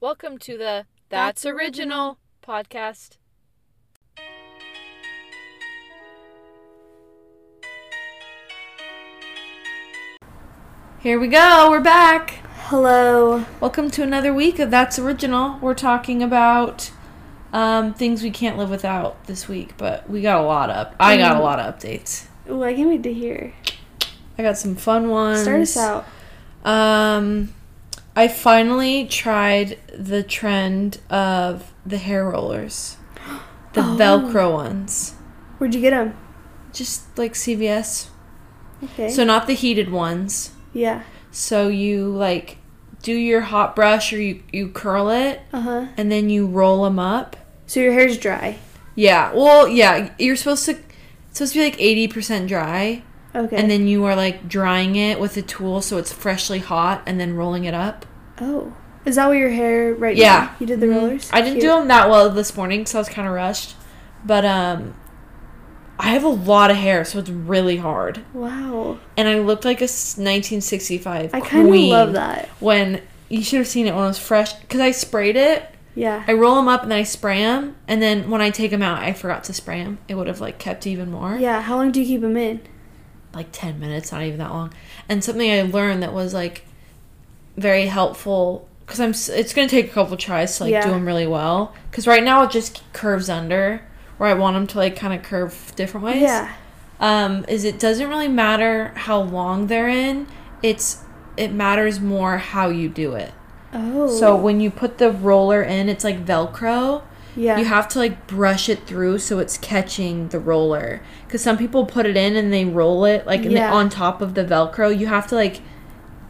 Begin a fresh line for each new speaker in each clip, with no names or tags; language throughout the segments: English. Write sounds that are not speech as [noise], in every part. Welcome to the That's, Original podcast. Here we go. We're back.
Hello.
Welcome to another week of That's Original. We're talking about um, things we can't live without this week, but we got a lot up. I got a lot of updates.
Ooh, I can't wait to hear.
I got some fun ones.
Start us out.
Um, I finally tried the trend of the hair rollers, [gasps] the
Oh.
Velcro ones,
Where'd you get them?
just like CVS.
Okay.
So not the heated ones.
yeah.
So you like do your hot brush or you you curl it
Uh huh.
and then you roll them up.
So your hair's dry.
Yeah. Well, yeah. You're supposed to it's supposed to be like eighty percent dry,
Okay.
and then you are like drying it with a tool so it's freshly hot, and then rolling it up.
oh, is that what your hair right
Yeah.
now? You did the
Mhm.
rollers.
I didn't do
Cute.
them that well this morning, so I was kind of rushed. But um, I have a lot of hair, so it's really hard.
Wow.
And I looked like a s- 1965
I kind of
queen
love that.
when you should have seen it when it was fresh because I sprayed it.
Yeah.
I roll them up and then I spray them, and then when I take them out, I forgot to spray them. It would have like kept even more,
yeah. How long do you keep them in?
like 10 minutes, not even that long. And something I learned that was like very helpful because I'm. s- It's gonna take a couple tries to like do
Yeah.
them really well. Because right now it just curves under where I want them to like kind of curve different ways.
Yeah.
Um, is it doesn't really matter how long they're in. It's it matters more how you do it.
Oh.
So when you put the roller in, it's like Velcro.
yeah.
You have to like brush it through so it's catching the roller. Because some people put it in and they roll it like in the-
Yeah.
on top of the Velcro. You have to like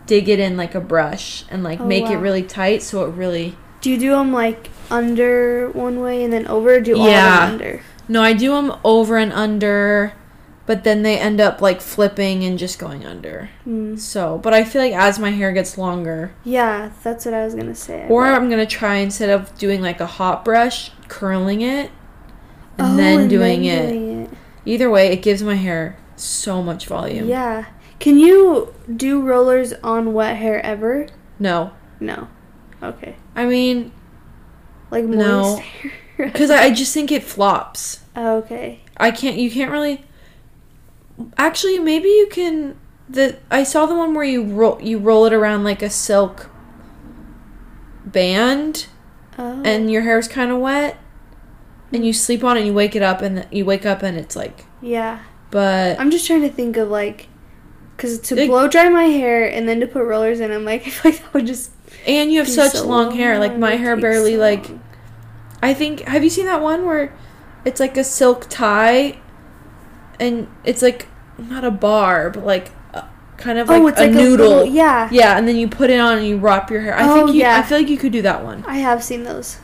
dig it in like a brush and like
Oh,
make it
wow.
really tight so it really.
do you do them like under one way and then over? Or do all
Yeah.
of them under?
No, I do them over and under, but then they end up like flipping and just going under.
Mm.
So, but I feel like as my hair gets longer,
Yeah, that's what I was gonna say. Oh, I
or
bet.
I'm gonna try instead of doing like a hot brush, curling it, and
Oh,
then
and
doing
then
it.
doing it.
Either way, it gives my hair so much volume.
Yeah. Can you do rollers on wet hair ever?
No.
No. Okay.
I mean,
Like moist [laughs]
No.
hair.
because I, I just think it flops.
okay.
I can't. You can't really. Actually, maybe you can. The I saw the one where you roll you roll it around like a silk band,
Oh.
and your hair's kind of wet, and you sleep on it, and you wake it up, and you wake up, and it's like.
yeah.
But
I'm just trying to think of like, cause to
It-
blow dry my hair and then to put rollers in, I'm like, [laughs] I feel like that would just
and you have
be
such
so
long hair. Like my
it
hair
takes
barely
so
like
long.
I think. Have you seen that one where it's like a silk tie, and it's like not a bar, but like a, kind of like
oh, it's
a
like
noodle.
a little, yeah.
Yeah, and then you put it on and you wrap your hair. I
Oh,
think you. I
yeah.
feel like you could do that one.
I have seen those,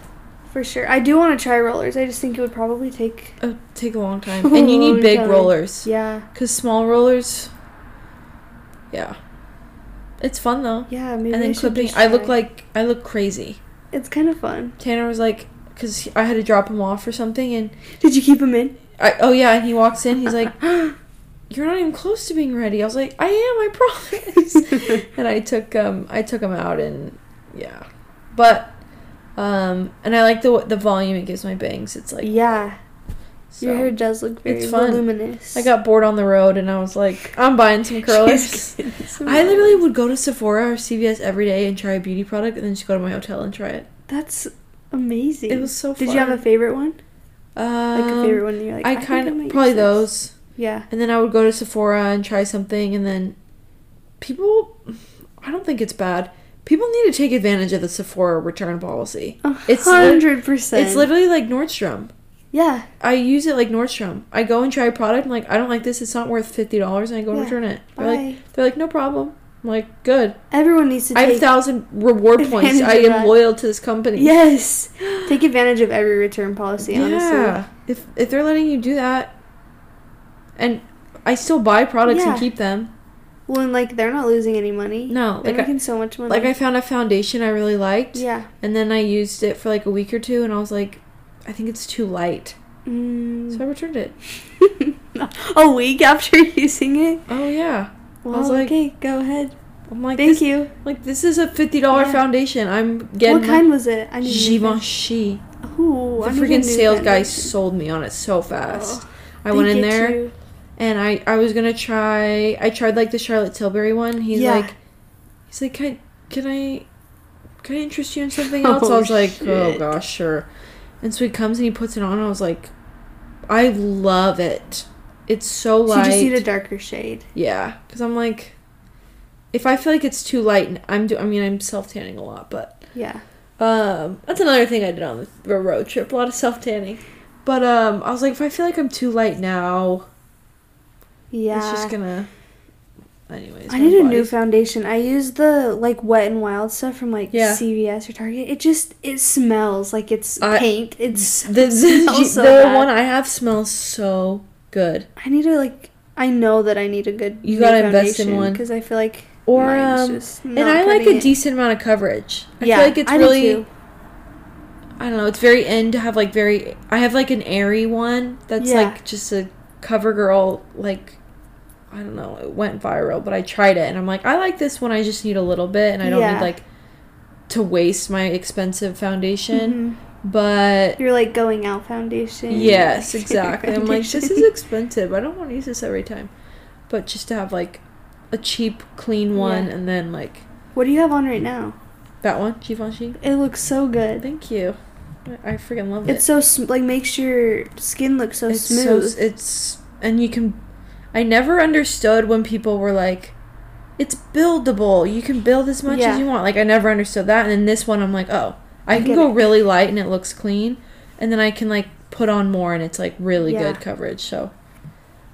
for sure. I do want to try rollers. I just think it would probably take.
It would take a long
[laughs]
time, and you need
Long
big
time.
rollers.
Oh, Yeah.
Cause small rollers. Yeah, it's fun though.
Yeah. Maybe.
and
I
then
should
clipping.
just
I look
try.
like I look crazy.
It's kind of fun.
Tanner was like, cause I had to drop him off or something, and
Did you keep them in?
I, oh yeah, and he walks in. He's like,
[laughs]
"You're not even close to being ready." I was like, "I am, I
[laughs]
promise." [laughs] and I took um I took him out and yeah, but um and I like the the volume it gives my bangs. It's like
yeah.
so.
Your hair does look very
It's fun.
voluminous.
I
[laughs]
got bored on the road and I was like, "I'm buying some curlers." [laughs] I literally would go to Sephora or CVS every day and try a beauty product, and then just go to my hotel and try it.
That's amazing.
It was so.
Did you have a favorite one?
um,
Like a favorite one? You're like
I
think
kind
might
of
use
probably
this.
those.
Yeah.
And then I would go to Sephora and try something, and then people, I don't think it's bad. People need to take advantage of the Sephora return policy. [laughs] It's
It's
lit-
hundred percent.
It's literally like Nordstrom.
yeah.
I use it like Nordstrom. I go and try a product, I'm like, I don't like this, it's not worth fifty dollars, and I go and
Yeah,
return it. They're
Bye.
like, they're like, no problem. I'm like, good.
Everyone needs to.
I
Take,
have a thousand reward points.
advantage
I
of
am
that.
loyal to this company. [gasps]
Yes. Take advantage of every return policy. Honestly.
Yeah. If if they're letting you do that, and I still buy products and
Yeah.
keep them.
Well, and like they're not losing any money.
No,
They're
like I-
making so much money.
Like I found a foundation I really liked.
Uh-huh. Yeah.
And then I used it for like a week or two, and I was like, I think it's too light. So
Mm. [laughs]
I returned it.
a week after [laughs] using it.
Oh, yeah.
Well,
was like-
okay, go ahead.
I'm like,
Thank
this,
you.
like this is a fifty dollar
Yeah.
foundation. I'm getting
what kind was it? I need to get it.
Givenchy.
Ooh,
The
I need a new
freaking sales guy
foundation.
sold me on it so fast.
Oh,
I went
they
in
get
there
you.
and I I was gonna try. I tried like the Charlotte Tilbury one. He's
Yeah.
like, he's like, can can I can I interest you in something else? I was
Oh,
like, oh
shit.
gosh, sure. And so he comes and he puts it on. And I was like, I love it. It's so
So you
light.
just need a darker shade.
Yeah, because I'm like, if I feel like it's too light, and I'm do. I mean, I'm self tanning a lot, but
Yeah.
um, that's another thing I did on the road trip. A lot of self tanning. But um, I was like, if I feel like I'm too light now,
Yeah.
it's just gonna. Anyways,
I
my
need a new
body's-
foundation. I use the like wet and wild stuff from like
Yeah.
CVS or Target. It just it smells like it's
I-
paint. It's [laughs]
The, the,
smells so
the
bad.
one I have smells so good.
I need to like I know that I need a good
You gotta invest in one.
because I feel like
Or
mine's
um,
just
and
not
I like
cutting
a
Mm, it.
decent amount of coverage. I
yeah,
feel like it's
I do
really.
too.
I don't know. It's very in to have like very. I have like an airy one that's
Yeah.
like just a cover girl. Like, I don't know. It went viral, but I tried it and I'm like, I like this one. I just need a little bit and I don't
Yeah.
need like to waste my expensive foundation.
Mhm.
But
You're like going out foundation. [laughs]
yes, exactly. I'm like, this is
Foundation.
expensive. I don't want to use this every time. But just to have like a cheap, clean one
Yeah.
and then like
What do you have on right now?
that one, Givenchy.
It looks so good.
Thank you. I I freaking love it.
It's so sm- like makes your skin look so
it's
smooth.
So, it's and you can. I never understood when people were like, "It's buildable. You can build as much
Yeah.
as you want." Like I never understood that. And then this one, I'm like, "Oh, I,
I
can
get
go
it.
really light and it looks clean, and then I can like put on more and it's like really
Yeah.
good coverage." So,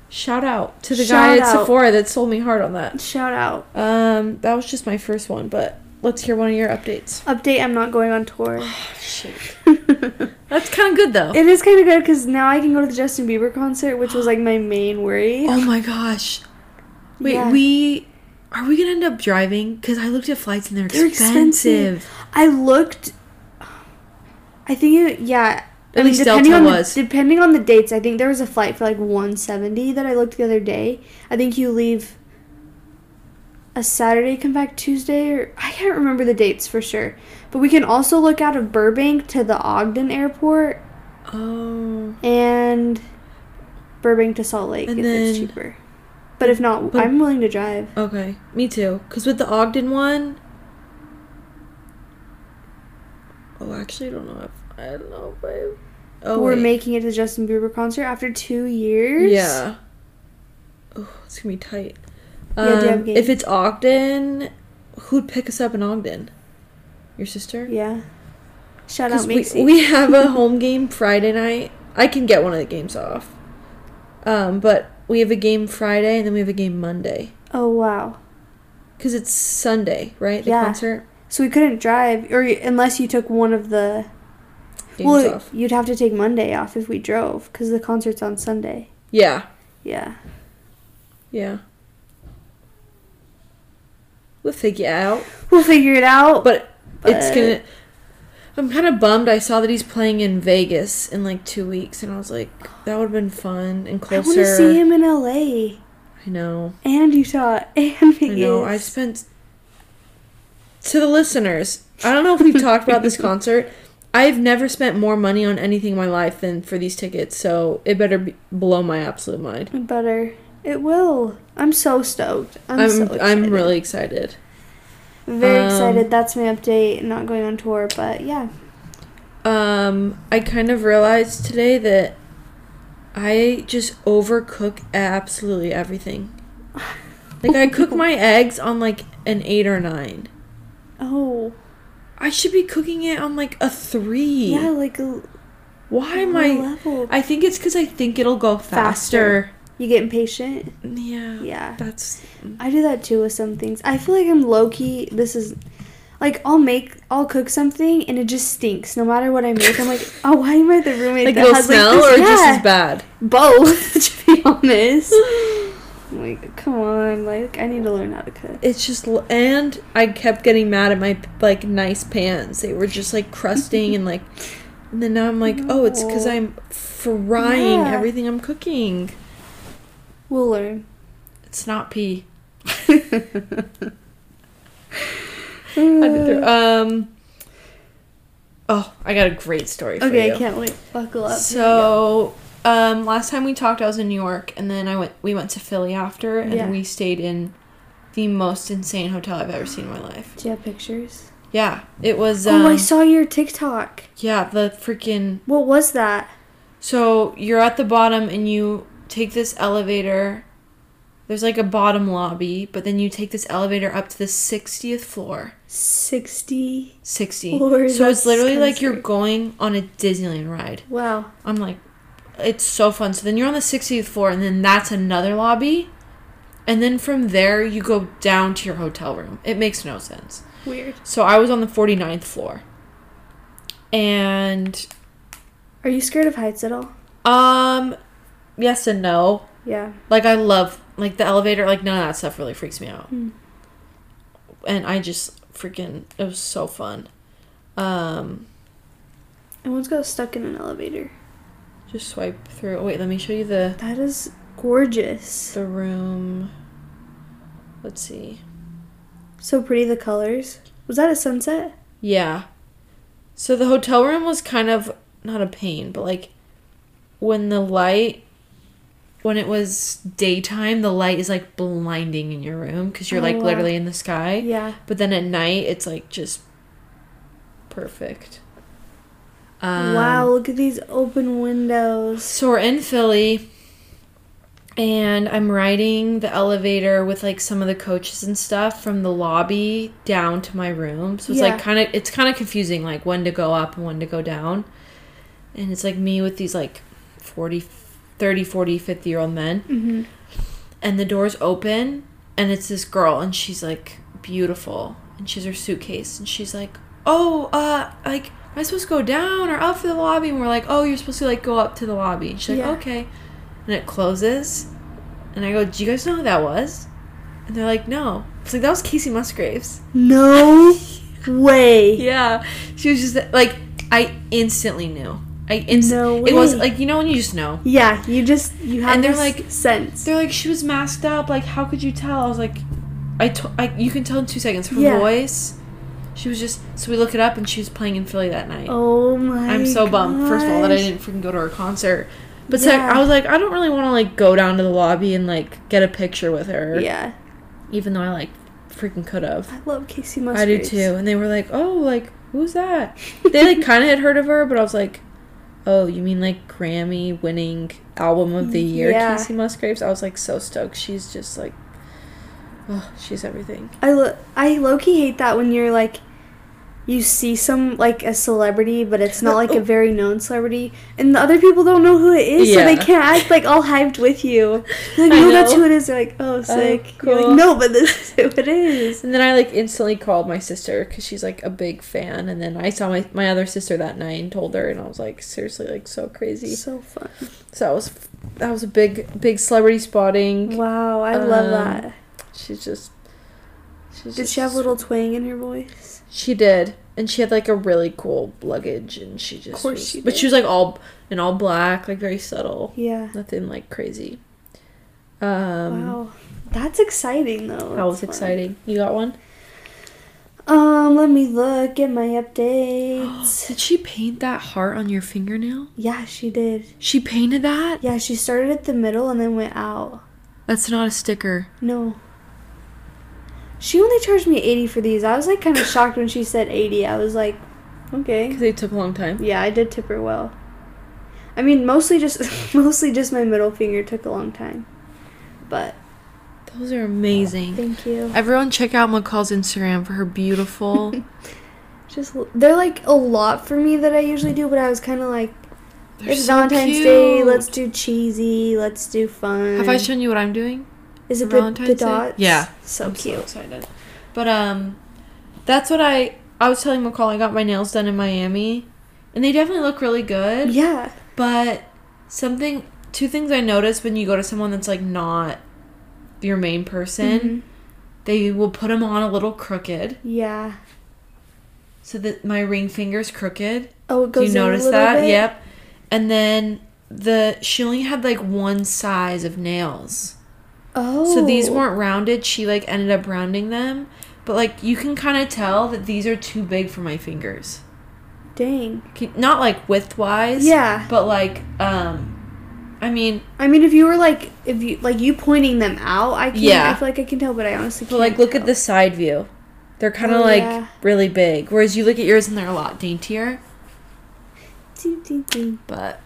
shout out to the guy
Shout
at
out.
Sephora that sold me hard on that.
Shout out.
Um, that was just my first one, but let's hear one of your updates.
Update: I'm not going on tour. [laughs]
Shoot. Oh, That's kind of good though.
It is kind of good because now I can go to the Justin Bieber concert, which was like my main worry.
Oh my gosh. Wait,
Yeah.
we are we gonna end up driving? Because I looked at flights and they're,
They're
expensive.
expensive. I looked. I think it, yeah.
At least
depending
Delta
on
was.
The, depending on the dates, I think there was a flight for like 170 that I looked the other day. I think you leave a Saturday, come back Tuesday, or I can't remember the dates for sure. But we can also look out of Burbank to the Ogden Airport
Oh,
and Burbank to Salt Lake
And
if it's
then-
cheaper. But if not,
But-
I'm willing to drive.
okay. Me too. Because with the Ogden one, oh, actually, I don't know if I don't know if I. Oh,
We're
wait.
making it to the Justin Bieber concert after two years.
Yeah. Oh, it's gonna be tight.
Yeah, do you have
Um, if
games?
it's Ogden, who'd pick us up in Ogden? Your sister?
Yeah. Shout out
Because we,
Macy.
we have a home game Friday night. I can get one of the games off. Um, but we have a game Friday and then we have a game Monday.
[laughs] oh wow.
Because it's Sunday, right? The
Yeah.
concert
So we couldn't drive, or unless you took one of the.
games
well,
off.
you'd have to take Monday off if we drove, because the concert's on Sunday.
Yeah.
Yeah.
Yeah. We'll figure it out.
We'll figure it out.
But, it's
But-
gonna. I'm kind of bummed. I saw that he's playing in Vegas in like two weeks, and I was like, that would have been fun and
I
closer.
want to see him in L.A.
I know.
and Utah [laughs] and
I know. I've
Vegas.
spent. To the listeners, I don't know if we've talked about
[laughs]
this concert. I've never spent more money on anything in my life than for these tickets, so it better be blow my absolute mind.
Better. It will. I'm so stoked.
I'm
I'm
I'm,
so excited.
really excited.
very
um,
excited. That's my update. Not going on tour, but yeah.
Um, I kind of realized today that I just overcook absolutely
[laughs]
everything. Like I cook my eggs on like an eight or nine.
Oh.
I should be cooking it on like a three.
Yeah, like a
E. Why am
lower
I?
level.
I think it's because I think it'll go faster.
Faster. You get impatient.
Yeah.
Yeah.
That's.
I do that too with some things. I feel like I'm low key. This is like I'll make, I'll cook something and it just stinks. No matter what I make,
[laughs]
I'm like, oh, why am I the roommate
Like
that
it'll
has
smell
like
or
this?
just
yeah,
as bad?
both?
[laughs]
[laughs] to be honest, I'm like, come on, like I need to learn how to cook.
[gasps] It's just. l- And I kept getting mad at my, like, nice pans. They were just, like, crusting and, like. And then now I'm like, oh, it's because
No.
I'm frying
Yeah.
everything I'm cooking.
We'll learn.
It's not pea. Had to throw- um. Oh, I got a great story for
okay,
you.
I can't wait. Buckle up.
So, um, last time we talked, I was in New York, and then I went. We went to Philly after, and
Yeah.
we stayed in the most insane hotel I've ever seen in my life.
do you have pictures?
Yeah, it was. Um,
oh, I saw your TikTok.
Yeah, the freaking.
What was that?
So you're at the bottom, and you take this elevator. There's like a bottom lobby, but then you take this elevator up to the 60th floor.
60.
60.
Lord,
so it's
that's
literally like
kinda
you're going on a Disneyland ride.
Wow.
I'm like, it's so fun. So then you're on the 60th floor, and then that's another lobby. And then from there, you go down to your hotel room. It makes no sense.
Weird.
So I was on the 49th floor. And,
Are you scared of heights at all?
um, yes and no.
Yeah.
Like, I love, like, the elevator, like, none of that stuff really freaks me out.
Hmm.
And I just freaking, it was so fun. Um,
I once got stuck in an elevator.
just swipe through. Wait, let me show you the
That is gorgeous.
the room. Let's see.
So pretty, the colors. Was that a sunset?
Yeah. So the hotel room was kind of not a pain, but like when the light when it was daytime, the light is like blinding in your room cuz you're
Oh,
like
wow.
literally in the sky.
Yeah.
But then at night, it's like just perfect. Um,
wow, look at these open windows.
So we're in Philly, and I'm riding the elevator with like some of the coaches and stuff from the lobby down to my room. So it's
Yeah.
like kind of it's kind of confusing, like when to go up and when to go down. And it's like me with these like 40, 30, 40, 50 year old men,
Mm-hmm.
and the doors open, and it's this girl, and she's like beautiful, and she's her suitcase, and she's like, oh, uh, like. Am I supposed to go down or up to the lobby? And we're like, oh, you're supposed to like go up to the lobby. And she's like,
Yeah.
okay and it closes. And I go, Do you guys know who that was? And they're like, No. It's like, That was Casey Musgraves.
No way.
Yeah. She was just like, I instantly knew. I instantly.
No
It was
way.
like, you know, when you just know.
Yeah, you just you have
And they're
this
like-
sense.
They're like, She was masked up. Like, how could you tell? I was like, I, to- I you can tell in two seconds from
Yeah.
voice. She was just, so we look it up and she was playing in Philly that night.
oh my.
I'm so bummed, first of all, that I
gosh.
didn't freaking go to her concert. But sec
Yeah.
I was like, I don't really want to like go down to the lobby and like get a picture with her.
Yeah,
even though I like freaking could have.
I love Casey
I do
Musgraves. [laughs]
too. And they were like, "Oh, like who's that?" They like kind of had heard of her, but I was like, "Oh, you mean like Grammy winning album of the year,
Yeah.
Casey Musgraves?" I was like so stoked. She's just like, oh, she's everything.
I lo- I low key hate that when you're like, you see some like a celebrity, but it's not like
Oh.
a very known celebrity, and the other people don't know who it is, so they
Yeah.
can't act like all hyped
[laughs]
with you. They're like,
I
no, that's
know.
who it is. They're like, oh, sick. You're
cool.
like, no, but this is who
[laughs]
it is.
And then I like instantly called my sister because she's like a big fan. And then I saw my my other sister that night and told her, and I was like, seriously, like so crazy.
So fun.
So that was that was a big big celebrity spotting.
Wow, I love
Um,
that.
She's just. She's
Did she have a little twang in her voice?
She did, and she had like a really cool luggage, and she just.
course
was-
she
But
did.
she was like all in all black, like very subtle,
Yeah.
nothing like crazy. Um,
wow. That's exciting though.
that was
That's fun.
exciting. You got one?
Um, let me look at my
[gasps] [gasps]
updates.
Did she paint that heart on your fingernail?
yeah, she did.
She painted that.
Yeah, she started at the middle and then went out.
That's not a sticker.
No. She only charged me 80 for these. I was like kind of shocked when she said 80. I was like, okay.
Cause they took a long time.
Yeah, I did tip her well. I mean, mostly just [laughs] mostly just my middle finger took a long time. But
Those are amazing.
thank you.
Everyone, check out McCall's Instagram for her [laughs] beautiful.
Just they're like a lot for me that I usually do, but I was kind of like
They're
it's
so
Valentine's Day,
cute.
let's do cheesy, let's do fun.
Have I shown you what I'm doing?
Is it the,
Valentine's
the
Day?
dots?
Yeah.
So
I'm
cute.
so excited. But um, that's what I I was telling McCall. I got my nails done in Miami, and they definitely look really good.
Yeah.
But something, two things I noticed when you go to someone that's like not your main person,
Mhm.
they will put them on a little crooked,
Yeah.
so that my ring finger's crooked.
Oh, it
Do
goes
you
in a
notice
little
that?
bit?
Yep. And then the she only had like one size of nails.
Oh.
So these weren't rounded. She like ended up rounding them. But like you can kind of tell that these are too big for my fingers.
Dang.
Can- Not like width wise.
Yeah.
But like, um, I mean,
I mean, if you were like, if you like you pointing them out, I can.
Yeah.
I feel like I can tell, but I honestly
but
can't.
like look at
tell.
the side view. They're kind of
Oh,
like
yeah.
really big, whereas you look at yours and they're a lot daintier.
Ding, ding, ding.
But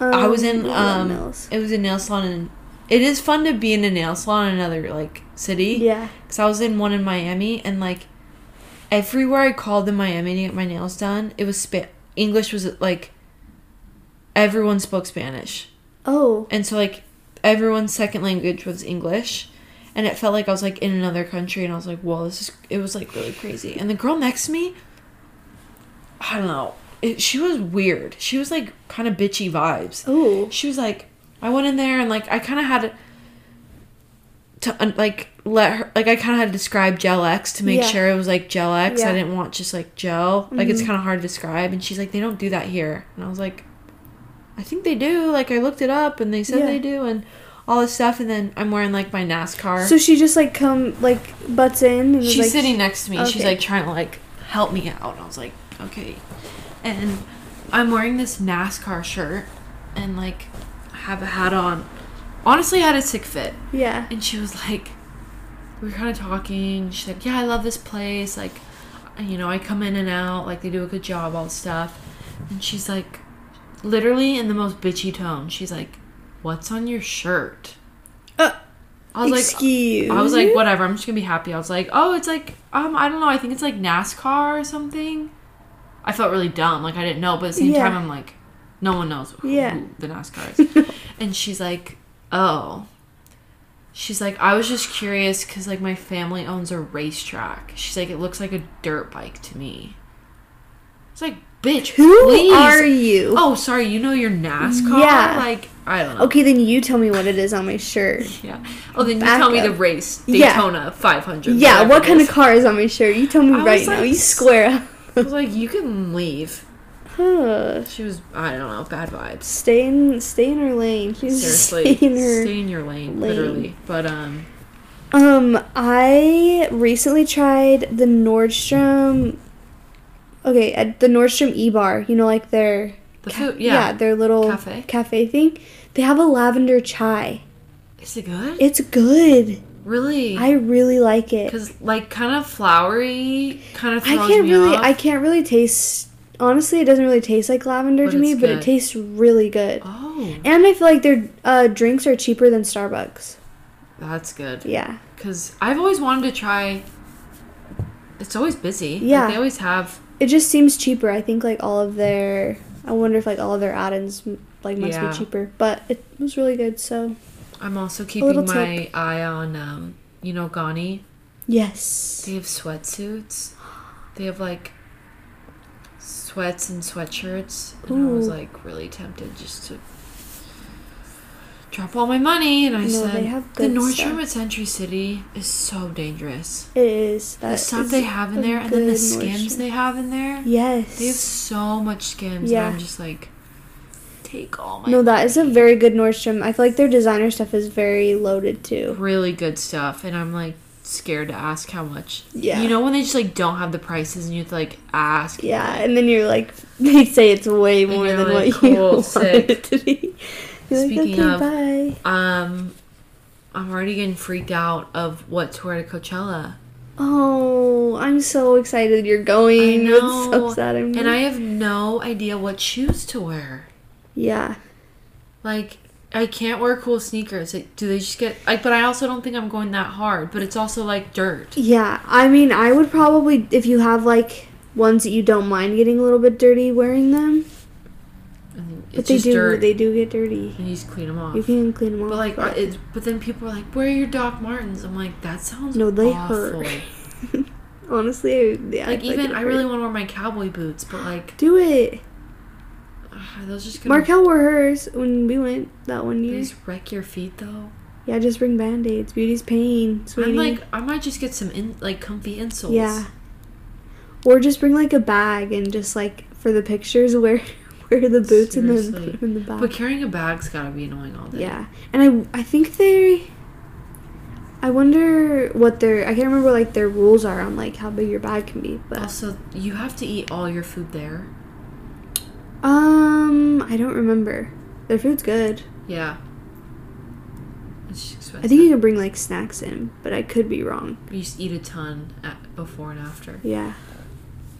Um,
I was in
yeah,
um,
Mills.
it was a nail salon, and it is fun to be in a nail salon in another like city.
Yeah.
Cause I was in one in Miami, and like everywhere I called in Miami to get my nails done, it was spa- English was like everyone spoke Spanish,
Oh.
and so like everyone's second language was English, and it felt like I was like in another country, and I was like, whoa, this is it was like really crazy. And the girl next to me, I don't know, it, she was weird. She was like kind of bitchy vibes
Oh.
she was like i went in there and like i kind of had to un- like let her like i kind of had to describe gel x to make
Yeah.
sure it was like gel x I
Yeah. Mm-hmm.
didn't want just like gel like it's kind of hard to describe and she's like they don't do that here and i was like i think they do like i looked it up and they said
Yeah.
they do and all this stuff and then i'm wearing like my nascar
So she just like come like butts in. And was,
she's
like,
sitting next to me she's
okay.
like trying to like help me out and i was like okay and i'm wearing this nascar shirt and like I have a hat on honestly I had a sick fit
Yeah.
and she was like we were kind of talking she's like yeah i love this place like you know i come in and out like they do a good job all this stuff and she's like literally in the most bitchy tone she's like what's on your shirt
Uh,
i was like
Excuse.
I was like,
you?
whatever. I'm just gonna be happy. I was like, oh, it's like, um, I don't know. I think it's like NASCAR or something. I felt really dumb. Like I didn't know, but at the same
Yeah.
time, I'm like, no one knows who,
Yeah.
who the NASCAR
[laughs]
is. and she's like, oh. She's like, I was just curious because like my family owns a racetrack. She's like, it looks like a dirt bike to me. It's like, bitch,
Who
please.
are you?
Oh, sorry. You know your NASCAR?
Yeah.
Like, I don't know.
Okay, then you tell me what it is on my shirt.
Yeah. Oh, then you
Back
tell me
up.
the race
Yeah.
Daytona 500.
Yeah,
whatever
what
it
kind of
is.
car is on my shirt? You tell me
I was
right now.
like-
You square up.
I was like, you can leave.
Huh.
She was, I don't know, bad vibs.
Stay in, [laughs] stay in her lane. She's
Seriously,
Stay in her.
stay in your lane,
lane.
literally. But um,
Um, I recently tried the Nordstrom. Okay, at the Nordstrom E Bar, you know, like their
the
ca-
food, yeah.
their little
Cafe?
thing. They have a lavender chai.
is it good?
It's good.
really?
I really like it.
Because like kind of flowery, kind of
I
throws
can't
me
really,
off.
I can't really taste. Honestly, it doesn't really taste like lavender
But
to me,
it's
but
good.
it tastes really good.
oh,
And I feel like their uh, drinks are cheaper than Starbucks.
that's good.
Yeah.
Because I've always wanted to try. It's always busy. Like,
Yeah.
they always have.
It just seems cheaper. I think like all of their. I wonder if like all of their add-ins m- like must
Yeah.
be cheaper, but it was really good. So
I'm also
little
keeping my eye on um, you know, Gani.
yes,
They have sweatsuits. They have like sweats and sweatshirts. And I was
Ooh.
like really tempted just to drop all my money. And I
No,
said,
they have
the
good
Nordstrom
stuff."
at Century City is so dangerous.
it is.
The
That
stuff
is
they have in
a
there and then the
good
skims
Nordstrom.
they have in there.
Yes.
They have so much skims.
Yeah.
And I'm just like, take all my
no, that is a very good Nordstrom. I feel like their designer stuff is very loaded too.
really good stuff. And I'm like, scared to ask how much
Yeah.
you know when they just like don't have the prices and you have to like ask and,
Yeah,
like,
and then you're like, [laughs] they say it's way more
you're
than
like,
what you
cool,
[laughs] want
sick.
it to be. You're
Speaking
like, okay,
of-
bye.
Um, I'm already getting freaked out of what to wear to Coachella.
Oh, I'm so excited you're going.
I
It's so
know,
sad I'm
And I have no idea what shoes to wear.
Yeah.
Like, I can't wear cool sneakers. Like, do they just get like? But I also don't think I'm going that hard. But it's also like dirt.
Yeah. I mean, I would probably if you have like ones that you don't mind getting a little bit dirty wearing them,
And
but
it's
they
just
do
dirt.
they do get dirty.
and you just clean them off.
You can clean them off.
but like,
but-
it's, but then people are like, "Where are your Doc Martens?" I'm like, "That sounds
no, they
awful."
hurt. Honestly, [laughs] I- yeah.
Like
feel
even
it
I
hurt.
really want to wear my cowboy boots, but like,
do it.
ugh, are those just gonna
Markel wore hers when we went that one year.
these wreck your feet though?
Yeah, just bring band aids. Beauty's pain, sweetie.
I'm like, I might just get some in, like comfy insoles.
Yeah. Or just bring like a bag and just like for the pictures [laughs] wear wear the boots and then
Seriously.
put them in the bag.
But carrying a bag's gotta be annoying all day.
yeah. And I I think they I wonder what their I can't remember like their rules are on like how big your bag can be, but
Also, you have to eat all your food there.
um I don't remember. Their food's good.
Yeah. It's
I
expensive.
think you can bring like snacks in, but I could be wrong.
you just eat a ton at, before and after.
Yeah.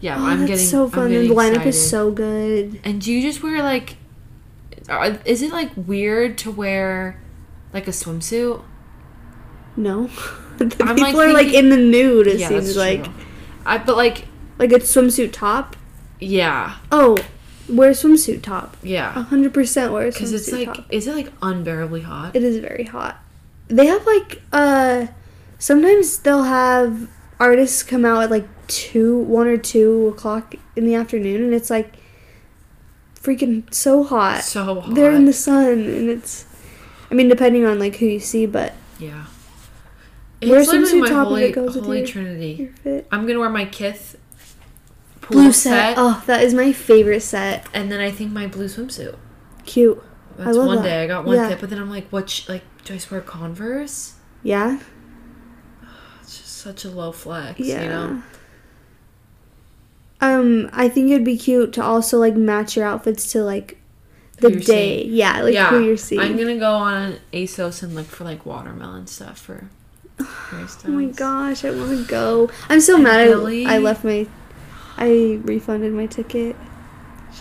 Yeah,
oh,
I'm
that's
getting
so
I'm
fun.
getting
and the lineup
excited.
is so good.
And do you just wear like? Are, is it like weird to wear like a swimsuit?
No. [laughs] the people
I'm, like,
are like
thinking-
in the nude it
yeah,
seems
that's
like.
true. I but like
Like a swimsuit top.
yeah
Oh, wear a swimsuit top.
yeah
hundred percent wear Oh, a
because
swimsuit
it's like
top.
is it like unbearably hot?
It is very hot. They have like uh sometimes they'll have artists come out at like two one or two o'clock in the afternoon and it's like freaking so hot.
so hot.
They're in the sun and it's I mean depending on like who you see but
yeah.
Wear
It's literally
swimsuit
my
top if
holy,
it goes with
holy
your-
trinity.
your fit.
I'm gonna wear my Kith pool
Blue
set,
set. Oh, that is my favorite set.
and then I think my blue swimsuit.
Cute.
That's
love
one
that.
day. I got one
Yeah.
tip, but then I'm like, what? Sh- like, do I just wear Converse?
Yeah.
It's just such a low flex.
Yeah.
You know?
Um, I think it'd be cute to also like match your outfits to like the
Who you're
day. Yeah, like
yeah.
who you're seeing.
I'm gonna go on ASOS and look for like watermelon stuff
[sighs]
for. hairstyles.
Oh my gosh, I want to go. I'm so mad
Really?
I, I left my. I refunded my ticket.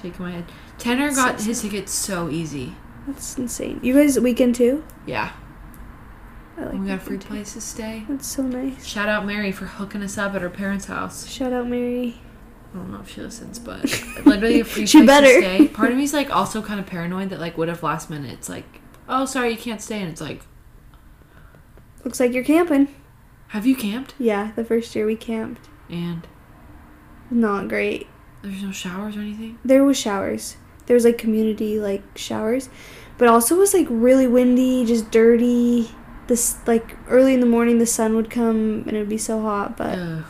Shake my head. Tanner got
So
his tickets so easy.
That's insane. You guys, weekend too?
Yeah.
I like
we got a free
weekend too.
place to stay.
That's so nice.
Shout out Mary for hooking us up at her parents' house.
Shout out Mary.
I don't know if she listens,
[laughs]
but literally a free
She
place
better.
to stay. Part of me's like also kind of paranoid that like what if last minute it's like, oh sorry you can't stay, and it's like,
Looks like you're camping.
have you camped?
Yeah, the first year we camped.
And
Not great.
there's no showers or anything.
There was showers. There was like community like showers, but also it was like really windy, just dirty. This like early in the morning, the sun would come and it would be so hot, but
Ugh.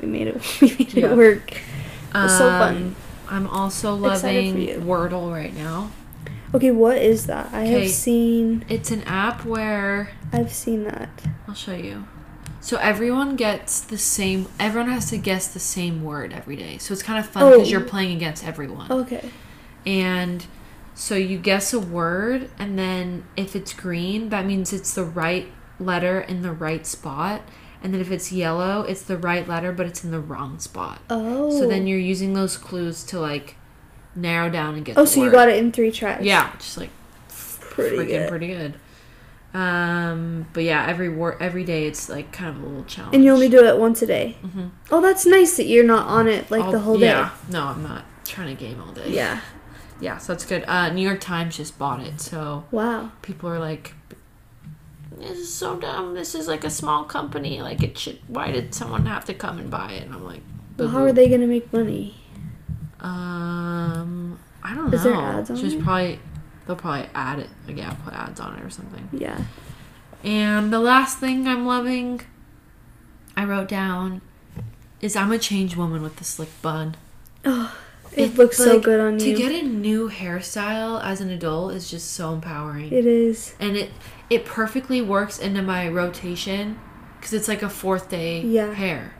we made it. [laughs] We made
Yeah.
it work. was so
Um,
fun.
I'm also
Excited for
loving
you.
Wordle right now.
Okay, what is that? I
Okay.
have seen.
It's an app where
I've seen that.
I'll show you. So everyone gets the same. Everyone has to guess the same word every day. So it's kind of fun because
Oh.
you're playing against everyone.
Okay.
And so you guess a word, and then if it's green, that means it's the right letter in the right spot. And then if it's yellow, it's the right letter, but it's in the wrong spot.
Oh.
So then you're using those clues to like narrow down and get.
Oh,
the
so you
word.
got it in three tries.
Yeah, just like
Pretty
freaking
good.
pretty good. Um, but yeah, every war every day it's like kind of a little challenge.
And you only do it once a day.
Mhm.
Oh, that's nice that you're not on it like
All-
the whole day.
Oh, Yeah, no, I'm not trying to game all day.
Yeah.
yeah, so that's good. Uh, New York Times just bought it, so
Wow.
people are like, "This is so dumb. This is like a small company. Like it should. Why did someone have to come and buy it?" And I'm like,
Well, how
"Boo-hoo."
are they gonna make money?
Um, I don't know.
Is there ads on
Just
it?
probably they'll probably add it. Like, yeah, put ads on it or something.
Yeah.
And the last thing I'm loving, I wrote down, is I'm a change woman with the slick bun.
Oh, it looks so
like,
good on you.
To get a new hairstyle as an adult is just so empowering,
it is.
and it it perfectly works into my rotation because it's like a fourth day
Yeah.
hair.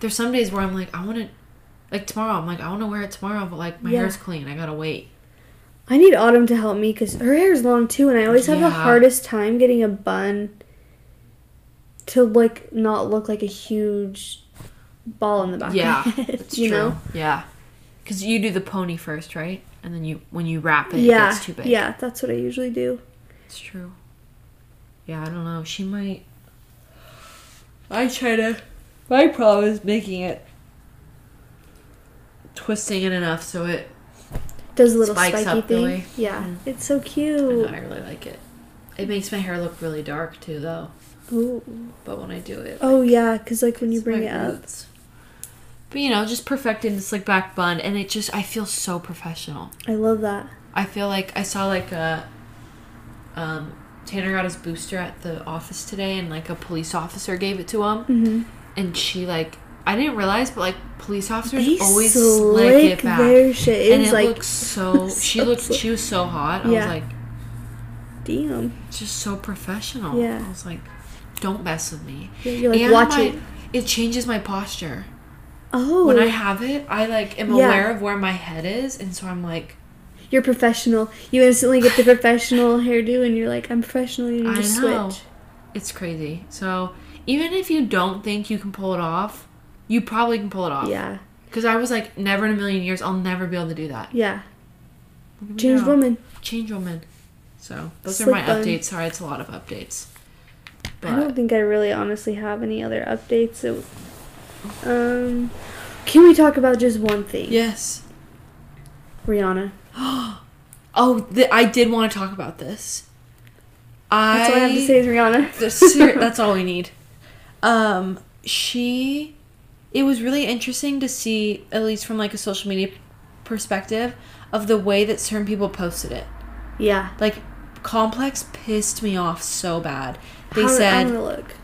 There's some days where I'm like, I want to, like tomorrow, I'm like, I want to wear it tomorrow, but like my
Yeah.
hair's clean, I gotta wait.
I need Autumn to help me because her hair is long too, and I always have
Yeah.
the hardest time getting a bun to like not look like a huge ball in the back
Yeah,
[laughs] of my head.
It's
you
true.
know?
Yeah, because you do the pony first, right? And then you when you wrap it,
yeah,
it gets too big.
yeah, that's what I usually do.
It's true. Yeah, I don't know. She might. I try to. My problem is making it. Twisting it enough so it.
Does a little
Spikes
spiky
up the
thing.
way.
Yeah,
Mhm.
it's so
I know,
cute.
I really like it. It makes my hair look really dark too, though.
Ooh.
But when I do it.
Oh yeah, because like when you
it's
bring
my
it up,
roots. But you know, just perfecting the slick back bun, and it just. I feel so professional.
I love that.
I feel like I saw like a um Tanner got his booster at the office today and like a police officer gave it to him
Mm-hmm.
and she like I didn't realize but like police officers
They
always slick
slick
it back.
their shit. It
and
is
it
like
looks
[laughs]
so she
so
looked
slick.
she was so hot. I
Yeah.
was like
damn.
just so professional.
Yeah.
I was like don't mess with me.
Yeah, You're like,
And
watch
my-
it.
It changes my posture.
Oh,
When I have it, I like am
Yeah.
aware of where my head is, and so I'm like,
you're professional. You instantly get the professional hairdo, and you're like, I'm professional. You
I
just
know.
switch.
it's crazy. So even if you don't think you can pull it off, you probably can pull it off.
Yeah,
Because I was like, never in a million years, I'll never be able to do that.
yeah. Change
Yeah.
woman.
Change woman. So those are
Slick
my
bun.
updates. Sorry, it's a lot of updates.
I don't
But
think I really honestly have any other updates. It- um, can we talk about just one thing?
yes.
Rihanna.
Oh, th- I did want to talk about this. I.
That's all I have to say is Rihanna. [laughs]
The ser- that's all we need. Um, she, it was really interesting to see, at least from like a social media perspective, of the way that certain people posted it.
Yeah.
Like, Complex pissed me off so bad. They
How- um,
said
I'm gonna look.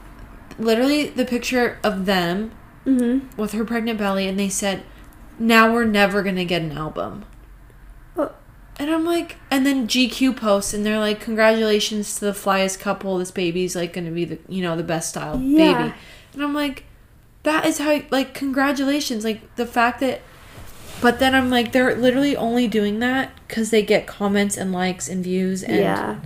literally the picture of them
Mm-hmm.
with her pregnant belly, and they said, "Now we're never gonna get an album."
Oh.
And I'm like, and then GQ posts, and they're like, "Congratulations to the flyest couple. This baby's like gonna be the you know the best style
Yeah.
baby." And I'm like, that is how like congratulations. Like the fact that, but then I'm like, they're literally only doing that because they get comments and likes and views, and
Yeah.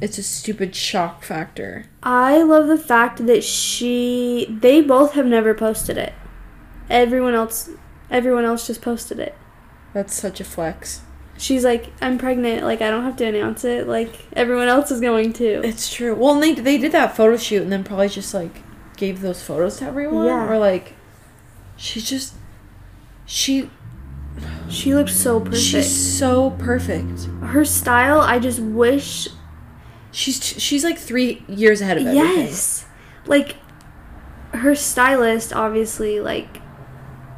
it's a stupid shock factor.
I love the fact that she. They both have never posted it. Everyone else. Everyone else just posted it.
That's such a flex.
She's like, I'm pregnant. Like, I don't have to announce it. Like, everyone else is going to.
It's true. Well, and they they did that photo shoot and then probably just like gave those photos to everyone.
Yeah.
Or like, she just she
She looked so perfect.
she's so perfect.
Her style, I just wish.
She's t- she's like three years ahead of everything.
Yes. Like, her stylist, obviously, like,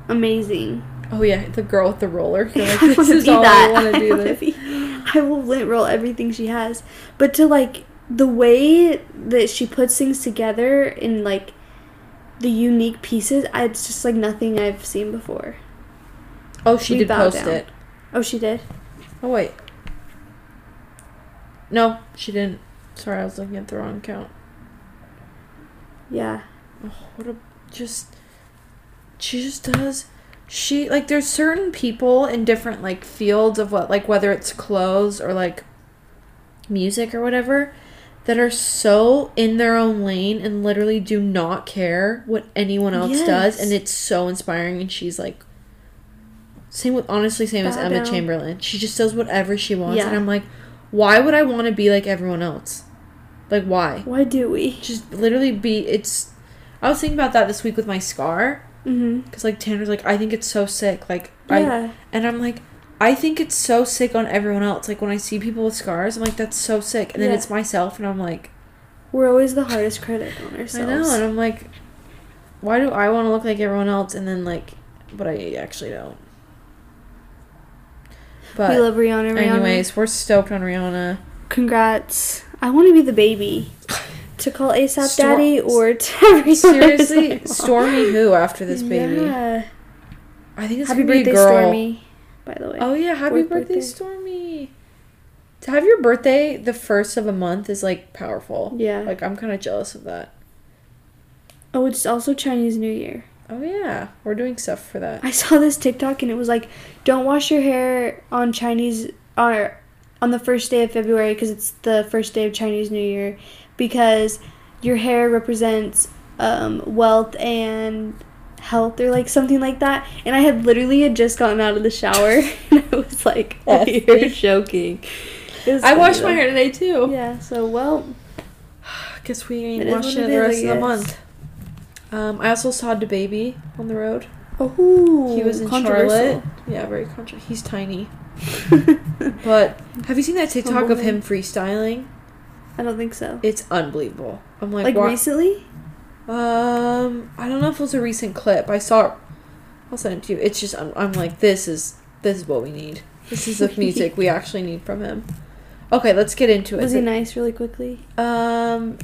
amazing.
Oh yeah, the girl with the
[laughs]
roller. You're like,
I
this
want to
is
be
all
that.
I want
[laughs]
to do.
wanna
This.
be- I will lint roll everything she has. But to like the way that she puts things together in like the unique pieces, I, it's just like nothing I've seen before.
Oh, she
We
did
bow
post
down.
it.
Oh, she did.
Oh wait. No, she didn't. Sorry, I was looking at the wrong account.
Yeah.
What a just she just does she like there's certain people in different like fields of what like whether it's clothes or like music or whatever that are so in their own lane and literally do not care what anyone else does
Yes.
and it's so inspiring and she's like same with honestly same as
Bow
Emma
down.
Chamberlain she just does whatever she wants
Yeah.
and I'm like why would I want to be like everyone else like why
Why do we?
just literally be it's i was thinking about that this week with my scar
Mm-hmm.
because like tanner's like i think it's so sick like i
Yeah.
and i'm like i think it's so sick on everyone else like when i see people with scars i'm like that's so sick and then
Yeah.
it's myself and i'm like
We're always the hardest critic on ourselves.
i know and i'm like why do i want to look like everyone else and then like but i actually don't but
we love Rihanna. Rihanna.
anyways we're stoked on
[laughs]
rihanna
congrats. I want to be
[laughs]
the baby. To call ASAP
Stor-
Daddy or [laughs] to
seriously stormy who after this baby
Yeah.
i think it's
Happy
gonna be a
birthday,
girl.
Stormy. By the way.
Oh yeah, happy
Fourth
birthday,
birthday.
Stormy. To have your birthday the first of a month is like powerful.
Yeah.
Like I'm kind of jealous of that.
Oh, it's also Chinese New Year. [laughs]
Oh yeah, we're doing stuff for [sighs] that.
I saw this TikTok and it was like, don't wash your hair on Chinese or on the first day of February because it's the first day of Chinese New Year because your hair represents um, wealth and health or like something like that. And I had literally had just gotten out of the shower [laughs] and I was like, [laughs]
That's
you're
me.
joking. It was
I
funny
washed
though.
my hair today too.
Yeah. So well,
Guess we
It
ain't
is
washing
what
it
it
the rest
is, I
of the
guess.
month. Um, I also saw DeBaby on the road.
oh,
he was in Charlotte. Yeah, very controversial. He's [laughs] tiny. but have you seen that TikTok of
boy.
him freestyling?
I don't think so.
It's unbelievable. I'm like,
Like
why-
recently?
Um, I don't know if it was a recent clip. I saw. I'll send it to you. It's just I'm, I'm like this is this is what we need. This is
[laughs]
the music we actually need from him. Okay, let's get into it.
Was he nice really quickly?
um,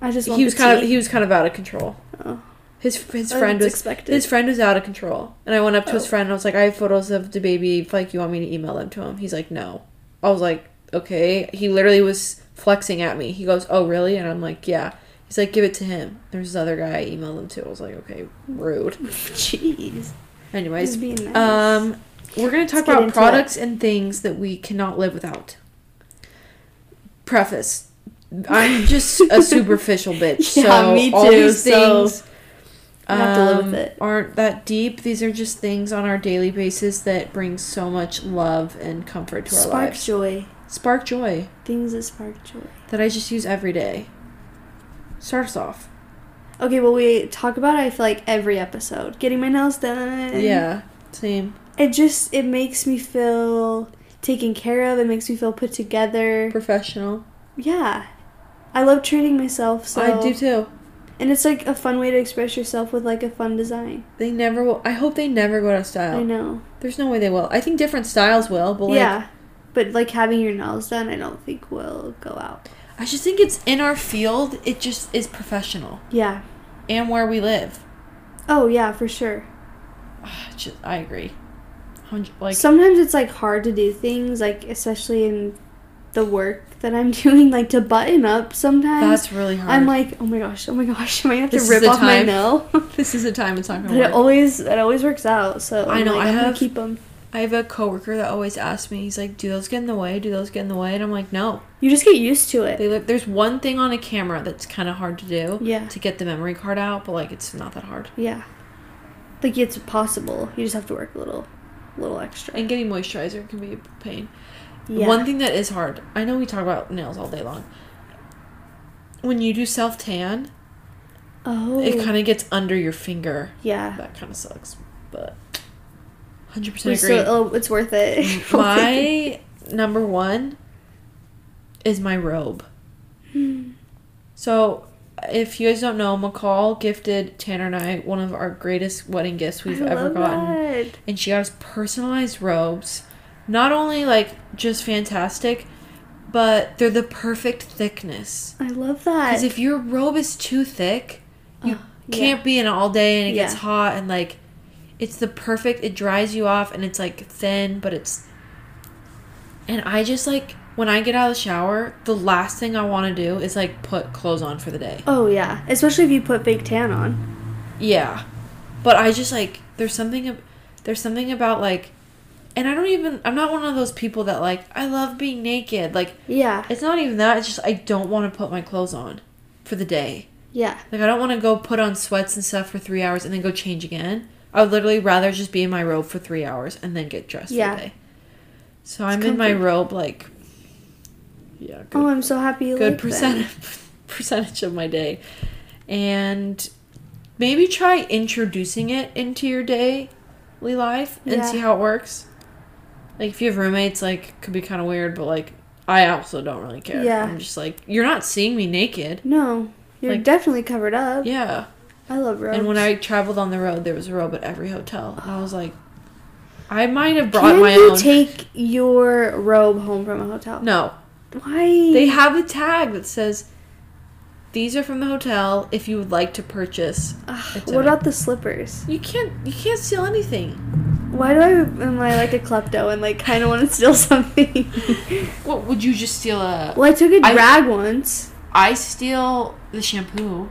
I just want
he was
the
kind of
tea.
he was kind of out of control.
Oh.
His his
I
friend
was
was
expected.
his friend was out of control, and I went up to his
Oh.
friend and I was like, I have photos of the baby. If, like, you want me to email them to him? He's like, no. I was like, okay. He literally was flexing at me. He goes, oh really? And I'm like, yeah. He's like, give it to him. There's this other guy I emailed them to. I was like, okay, rude.
[laughs] Jeez.
Anyways,
Just being nice.
um, we're gonna talk
Let's get
about
into
products and things that we cannot live without. Preface: I'm just
[laughs]
a superficial bitch,
Yeah,
so
me
all
too,
these
so
things
I have to live
um,
with it.
aren't that deep. These are just things on our daily basis that bring so much love and comfort to our
Spark
lives.
joy.
Spark joy
Things that spark joy.
that I just use every day. Start us off.
Okay, well, we talk about it, I feel like, every episode. Getting my nails done.
Yeah, same.
It just, it makes me feel taken care of. It makes me feel put together.
Professional.
Yeah. I love treating myself, so.
I do too.
And it's like a fun way to express yourself with like a fun design.
They never will. I hope they never go out of
I
style.
know.
There's no way they will. I think different styles will, but like,
yeah. But like having your nails done, I don't think will go out.
I just think it's in our field. It just is professional
Yeah.
and where we live.
Oh, yeah, for sure.
Ah, Just, I agree. Hundred- Like
Sometimes it's like hard to do things, like especially in the work that I'm [laughs] doing, like to button up sometimes.
that's really hard.
I'm like, oh my gosh, oh my gosh, [laughs] am I gonna have
This is
to rip
the
off my
time.
nail? [laughs] but
[laughs] this is a time it's not gonna
it
work.
always it always works out. So
I
I'm
know,
Like,
I
am gonna
have-
keep them.
I have a coworker that always asks me. He's like, "Do those get in the way? Do those get in the way?" And I'm like, "No."
You just get used to it.
They look. There's one thing on a camera that's kind of hard to do.
Yeah.
To get the memory card out, but like it's not that hard.
Yeah, like it's possible. You just have to work a little, little extra.
And getting moisturizer can be a pain.
yeah.
One thing that is hard, I know we talk about nails all day long. When you do self tan,
Oh.
it kind of gets under your finger.
yeah.
That kind of sucks, but 100%
We
agree.
still- [laughs] oh, it's worth it.
my
[laughs]
number one is my robe. so, if you guys don't know, McCall gifted Tanner and I one of our greatest wedding gifts we've
I
ever
love
gotten
that.
and she got us personalized robes. Not only like just fantastic, but they're the perfect thickness.
I love that.
Because if your robe is too thick, you
Oh, yeah.
can't be in it all day and it gets
Yeah.
hot and like it's the perfect it dries you off and it's like thin but it's and I just like when I get out of the shower, the last thing I want to do is like put clothes on for the day.
Oh yeah, especially if you put fake tan on.
Yeah, but I just like there's something ab- there's something about like, and I don't even I'm not one of those people that like I love being naked. Like
Yeah,
it's not even that. It's just I don't want to put my clothes on for the day.
yeah,
Like I don't want to go put on sweats and stuff for three hours and then go change again. I would literally rather just be in my robe for three hours and then get dressed
Yeah.
for the day. So I'm in my
comfort.
robe like, yeah, good
Oh, I'm so happy you
good
like them.
percent percentage of [laughs] my day and maybe try introducing it into your daily life and
Yeah.
see how it works like if you have roommates like could be kind of weird but like i also don't really care
Yeah.
i'm just like you're not seeing me naked
No, you're
Like-
definitely covered up.
yeah
I love robes.
and when i traveled on the road there was a robe at every hotel and i was like i might have brought
can
my
you
own
take your robe home from a hotel?
no
Why?
they have a tag that says these are from the hotel if you would like to purchase
Ugh,
It's
what
in it.
about the slippers?
You can't you can't steal anything.
Why do I am I like a klepto and like kind of want to
[laughs]
steal [laughs] something?
What would you just steal a?
well, I took a
I-
drag once.
I steal the shampoo.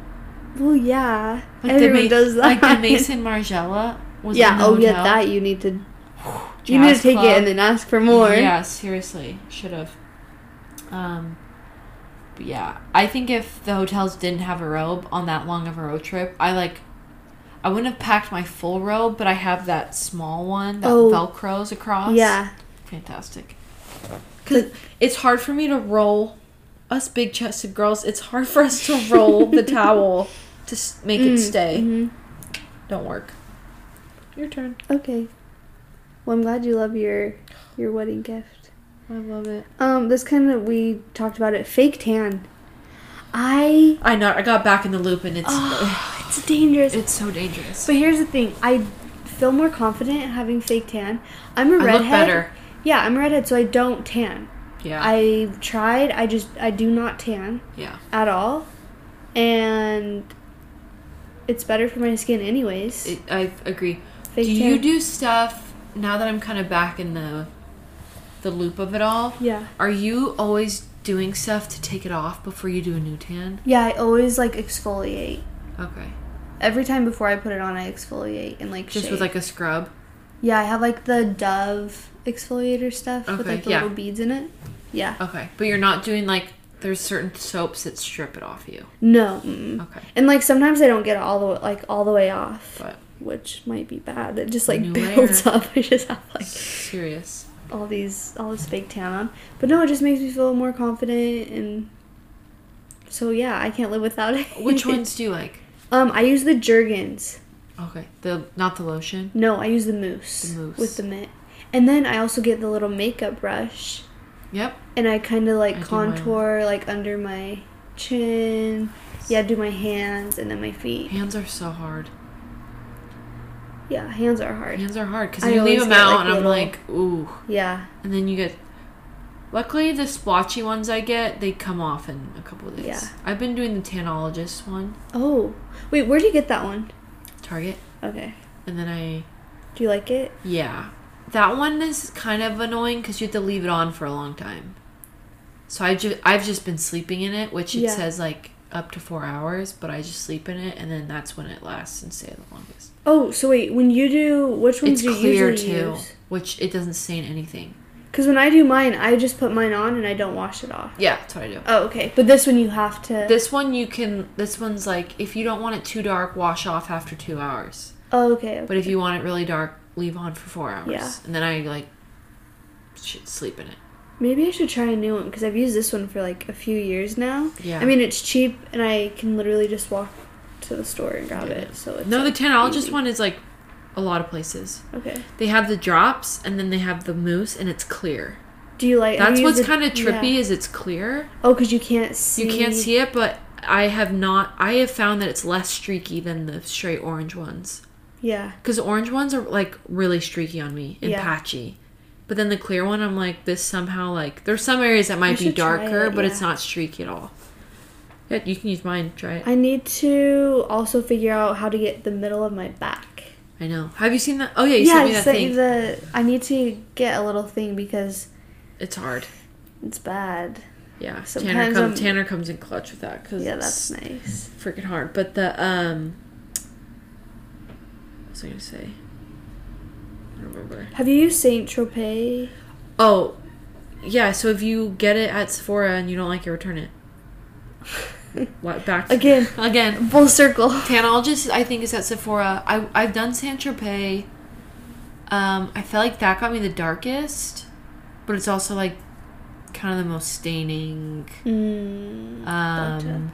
Well, yeah,
Like
everyone
the, Ma-
does that.
Like
[laughs]
the Mason Margiela was
yeah.
in the
Oh, yeah.
hotel.
That you need to. You need to
Jazz
take it
club.
and then ask for more.
Yeah, seriously, should have. Um, but yeah, I think if the hotels didn't have a robe on that long of a road trip, I like, I wouldn't have packed my full robe, but I have that small one that
Oh.
velcros across.
Yeah.
fantastic. Cause
It's hard for me to roll us big chested girls. It's hard for us to roll the towel to s- make it
Mm,
stay.
mhm.
Don't work. Your turn.
Okay. Well, I'm glad you love your your wedding gift.
I love it.
Um, this kind of we talked about it. Fake tan. I.
I know. I got back in the loop, and it's
Oh, it's dangerous.
it's so dangerous.
But here's the thing. I feel more confident having fake tan. I'm a
I
redhead.
look better.
Yeah, I'm a redhead, so I don't tan.
Yeah,
I tried. I just I do not tan
yeah.
at all, and it's better for my skin anyways.
It, I agree.
Fake
do you
tan.
do stuff now that I'm kind of back in the the loop of it all?
yeah.
Are you always
doing stuff to take it off before you do a new tan?
Yeah, I always like exfoliate.
Okay.
Every time before I put it on, I exfoliate and like
Just
shave.
with like a scrub.
yeah, I have like the Dove exfoliator stuff with
Okay,
like the
yeah.
little beads in it. Yeah.
Okay. But you're not doing like there's certain soaps that strip it off you.
No. mm.
Okay.
And like sometimes I don't get it all the way, like all the way off,
But
which might be bad. It just like
New
[laughs] builds up. I just have like
serious.
all these all this fake tan on. But no, it just makes me feel more confident and so yeah, I can't live without it. [laughs]
Which ones do you like?
Um, I use the Jergens.
Okay. The not the lotion.
No, I use the mousse,
The mousse.
with the mint, and then I also get the little makeup brush,
Yep.
and I kind of like
I do mine.
contour like under my chin. Yeah, do my hands and then my feet.
Hands are so hard.
Yeah, hands are hard.
Hands are hard because
I
you leave
always
them
get,
out
like,
and I'm
little-
like, ooh.
Yeah,
And then you get. Luckily, the splotchy ones I get, they come off in a couple of days.
Yeah.
I've been doing the Tanologist one,
Oh, wait, where'd you get that one?
Target,
Okay.
and then I
Do you like it?
Yeah. That one is kind of annoying because you have to leave it on for a long time. So I ju- I've just been sleeping in it, which it
Yeah.
says like up to four hours, but I just sleep in it, and then that's when it lasts and stays the longest.
Oh, so wait, when you do, which ones
It's
do you
clear
usually
too,
use?
which it doesn't stain anything.
Because when I do mine, I just put mine on and I don't wash it off.
Yeah, that's what I do.
Oh, okay. But this one you have to.
This one you can. This one's like if you don't want it too dark, wash off after two hours.
oh, okay.
But if you want it really dark, leave on for four hours.
Yeah.
And then I like sh- sleep in it.
Maybe I should try a new one because I've used this one for like a few years now.
Yeah.
I mean, it's cheap and I can literally just walk to the store and grab
Yeah.
it. So it's
no, the
like,
Tanologist
easy.
one is like a lot of places.
Okay.
They have the drops and then they have the mousse and it's clear.
Do you like? have
That's
you used
what's
the-
kind of trippy
yeah.
is it's clear.
Oh, because you can't see.
You can't see it, but I have not I have found that it's less streaky than the straight orange ones.
Yeah.
Cuz orange ones are like really streaky on me and
Yeah.
patchy. But then the clear one I'm like this somehow like there's some areas that might be
should try
darker,
it,
but it's
yeah.
not streaky at all. Yeah, you can use mine, try it.
I need to also figure out how to get the middle of my back.
I know. Have you seen that? Oh yeah, you
yeah,
sent me
I
that
sent
thing.
you the. I need to get a little thing because
it's hard.
it's bad.
Yeah. Tanner
Sometimes I'm-
comes Tanner comes in clutch with that cuz
Yeah, that's nice.
freaking hard. But the um, what was I gonna say? I don't remember.
Have you used Saint Tropez? [laughs]
Oh, yeah. So if you get it at Sephora and you don't like it, return it. What back
Again.
again?
Full circle.
Tanologist, I think, is at Sephora. I I've done San Tropez. Um, I felt like that got me the darkest, but it's also like kind of the most staining.
Mm, gotcha.
Um,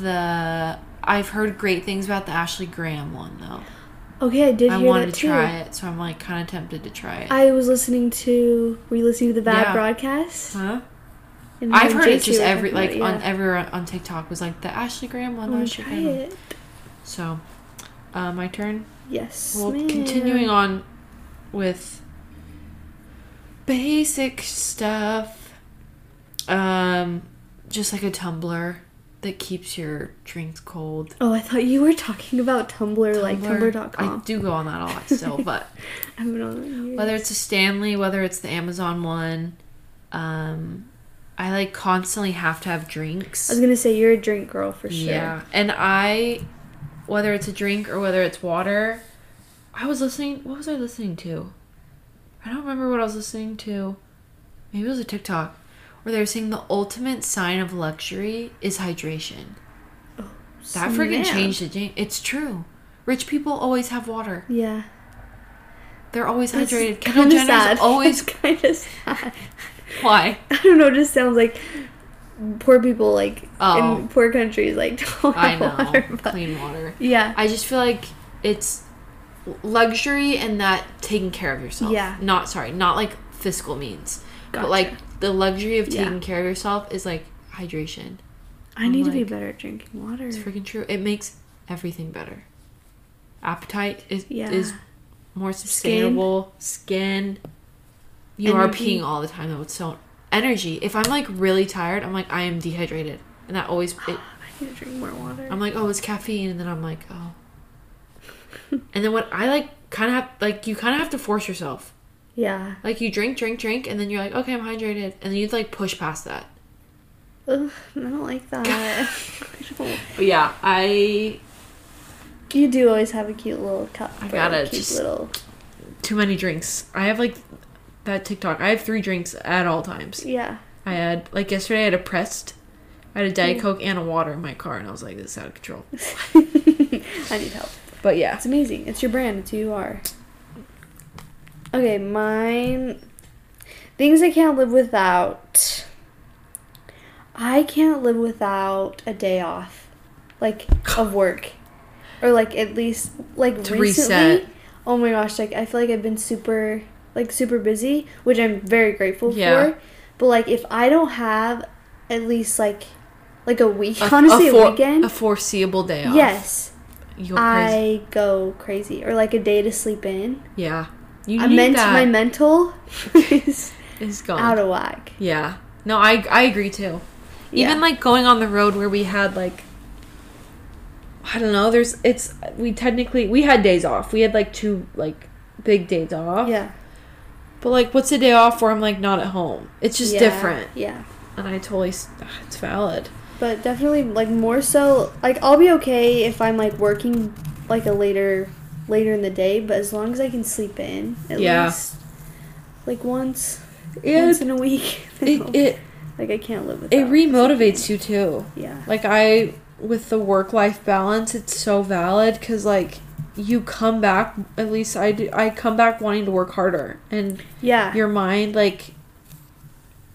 the I've heard great things about the Ashley Graham one though.
Okay, I did
I
hear
wanted to
that too.
try it, so I'm like kind of tempted to try it.
I was listening to were you listening to the bad
Yeah.
broadcast?
huh?
And
I've
then
heard it
JC
just
was
every like
talking
on
about it, Oh,
everywhere on TikTok was like the Ashley Graham
yeah.
one.
I
the
want to
Ashley
try
Graham. one.
it.
So, uh, my turn.
Yes.
Well,
ma'am.
continuing on with basic stuff, um, just like a tumbler that keeps your drinks cold.
Oh, I thought you were talking about Tumblr, like
I
Tumblr.com.
do go on that a lot
[laughs]
still, but
I, haven't on that in
whether
years.
it's a Stanley, whether it's the Amazon one, um, I like constantly have to have drinks.
I was gonna say you're a drink girl for sure.
Yeah, and I, whether it's a drink or whether it's water, I was listening. What was I listening to? I don't remember what I was listening to. Maybe it was a TikTok where they were saying the ultimate sign of luxury is hydration. That freaking
Snap.
changed the game. It's true. Rich people always have water.
Yeah.
They're always hydrated. Kendall
Kind of
Jenner's
sad. [laughs]
always
kind of sad.
why.
[laughs] I don't know. It just sounds like poor people, like
Oh.
in poor countries, like [laughs] don't
I
have
know
water. But
clean water.
yeah.
I just feel like it's luxury and that taking care of yourself.
Yeah.
Not sorry, not like fiscal means, but
Gotcha.
like the luxury of
Yeah.
taking care of yourself is like hydration.
I need to be
like-
better at drinking water.
It's freaking true. It makes everything better. Appetite is
Yeah.
is more sustainable. Skin. You
Energy.
are peeing all the time though. It's so energy. If I'm like really tired, I'm like I am dehydrated, and that always it,
I need to drink more water.
I'm like, oh, it's caffeine, and then I'm like, oh. and then what I like, kind of have like you kind of have to force yourself.
yeah.
Like you drink, drink, drink, and then you're like, okay, I'm hydrated, and then you like push past that.
Ugh, I don't like that. [laughs] I don't-
[laughs] But yeah, I
You do always have a cute little cup.
I
for
gotta
a cute
just-
little.
too many drinks. I have like that TikTok. I have three drinks at all times.
Yeah. [laughs]
I had like yesterday I had a pressed, I had a Diet
Mm.
Coke and a water in my car, and I was like, this is out of control.
I need help.
But yeah.
It's amazing. It's your brand. It's who you are. Okay, mine. Things I can't live without. I can't live without a day off, like
[sighs]
of work, or like at least like
To
recently.
reset.
Oh my gosh! Like I feel like I've been super like super busy, which I'm very grateful
Yeah.
for. But like if I don't have at least like like a week,
A- a
[laughs] honestly, a,
for-
weekend.
a foreseeable day off.
yes.
you go crazy.
I go crazy, or like a day to sleep in.
yeah, you
I
need
meant
that. Oh.
my mental [laughs] is
It's gone.
out of whack.
yeah, no, I I agree too.
Yeah.
Even like going on the road where we had like I don't know, there's it's we technically we had days off. We had like two like big days off.
yeah,
But like what's a day off where I'm like not at home? It's just
Yeah.
different.
Yeah,
And I totally s- ugh, it's valid.
but definitely like more so. Like I'll be okay if I'm like working like a later later in the day, but as long as I can sleep in at
Yeah.
least like once once
It
in a week. [laughs]
it it,
like I can't live with
it remotivates you too.
Yeah,
Like I with the work life balance, it's so valid cuz like you come back at least I do, I come back wanting to work harder and
yeah,
your mind like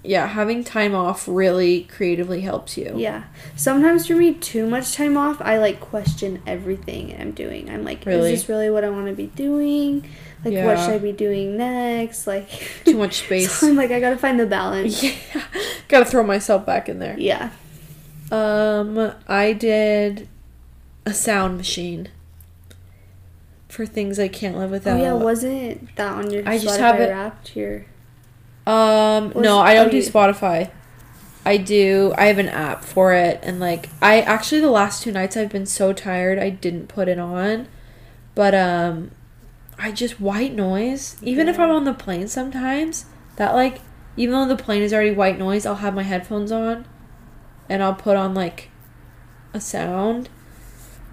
yeah having time off really creatively helps you
Yeah. Sometimes for me, too much time off, I like question everything I'm doing. I'm like,
Really?
is this really what I want to be doing? Like, what
Yeah.
should I be doing next? Like, [laughs]
too much space [laughs]
so I'm like, I gotta find the balance.
yeah gotta throw myself back in there
Yeah.
um i did a sound machine for things i can't live without
Oh yeah, wasn't that on your
I
I
just
just
have it-
Wrapped your
um
Was-
no i don't
oh,
do
you-
spotify i do i have an app for it and like i actually the last two nights i've been so tired i didn't put it on but um i just white noise even if
Yeah.
i'm on the plane sometimes that like even though the plane is already white noise i'll have my headphones on and i'll put on like a sound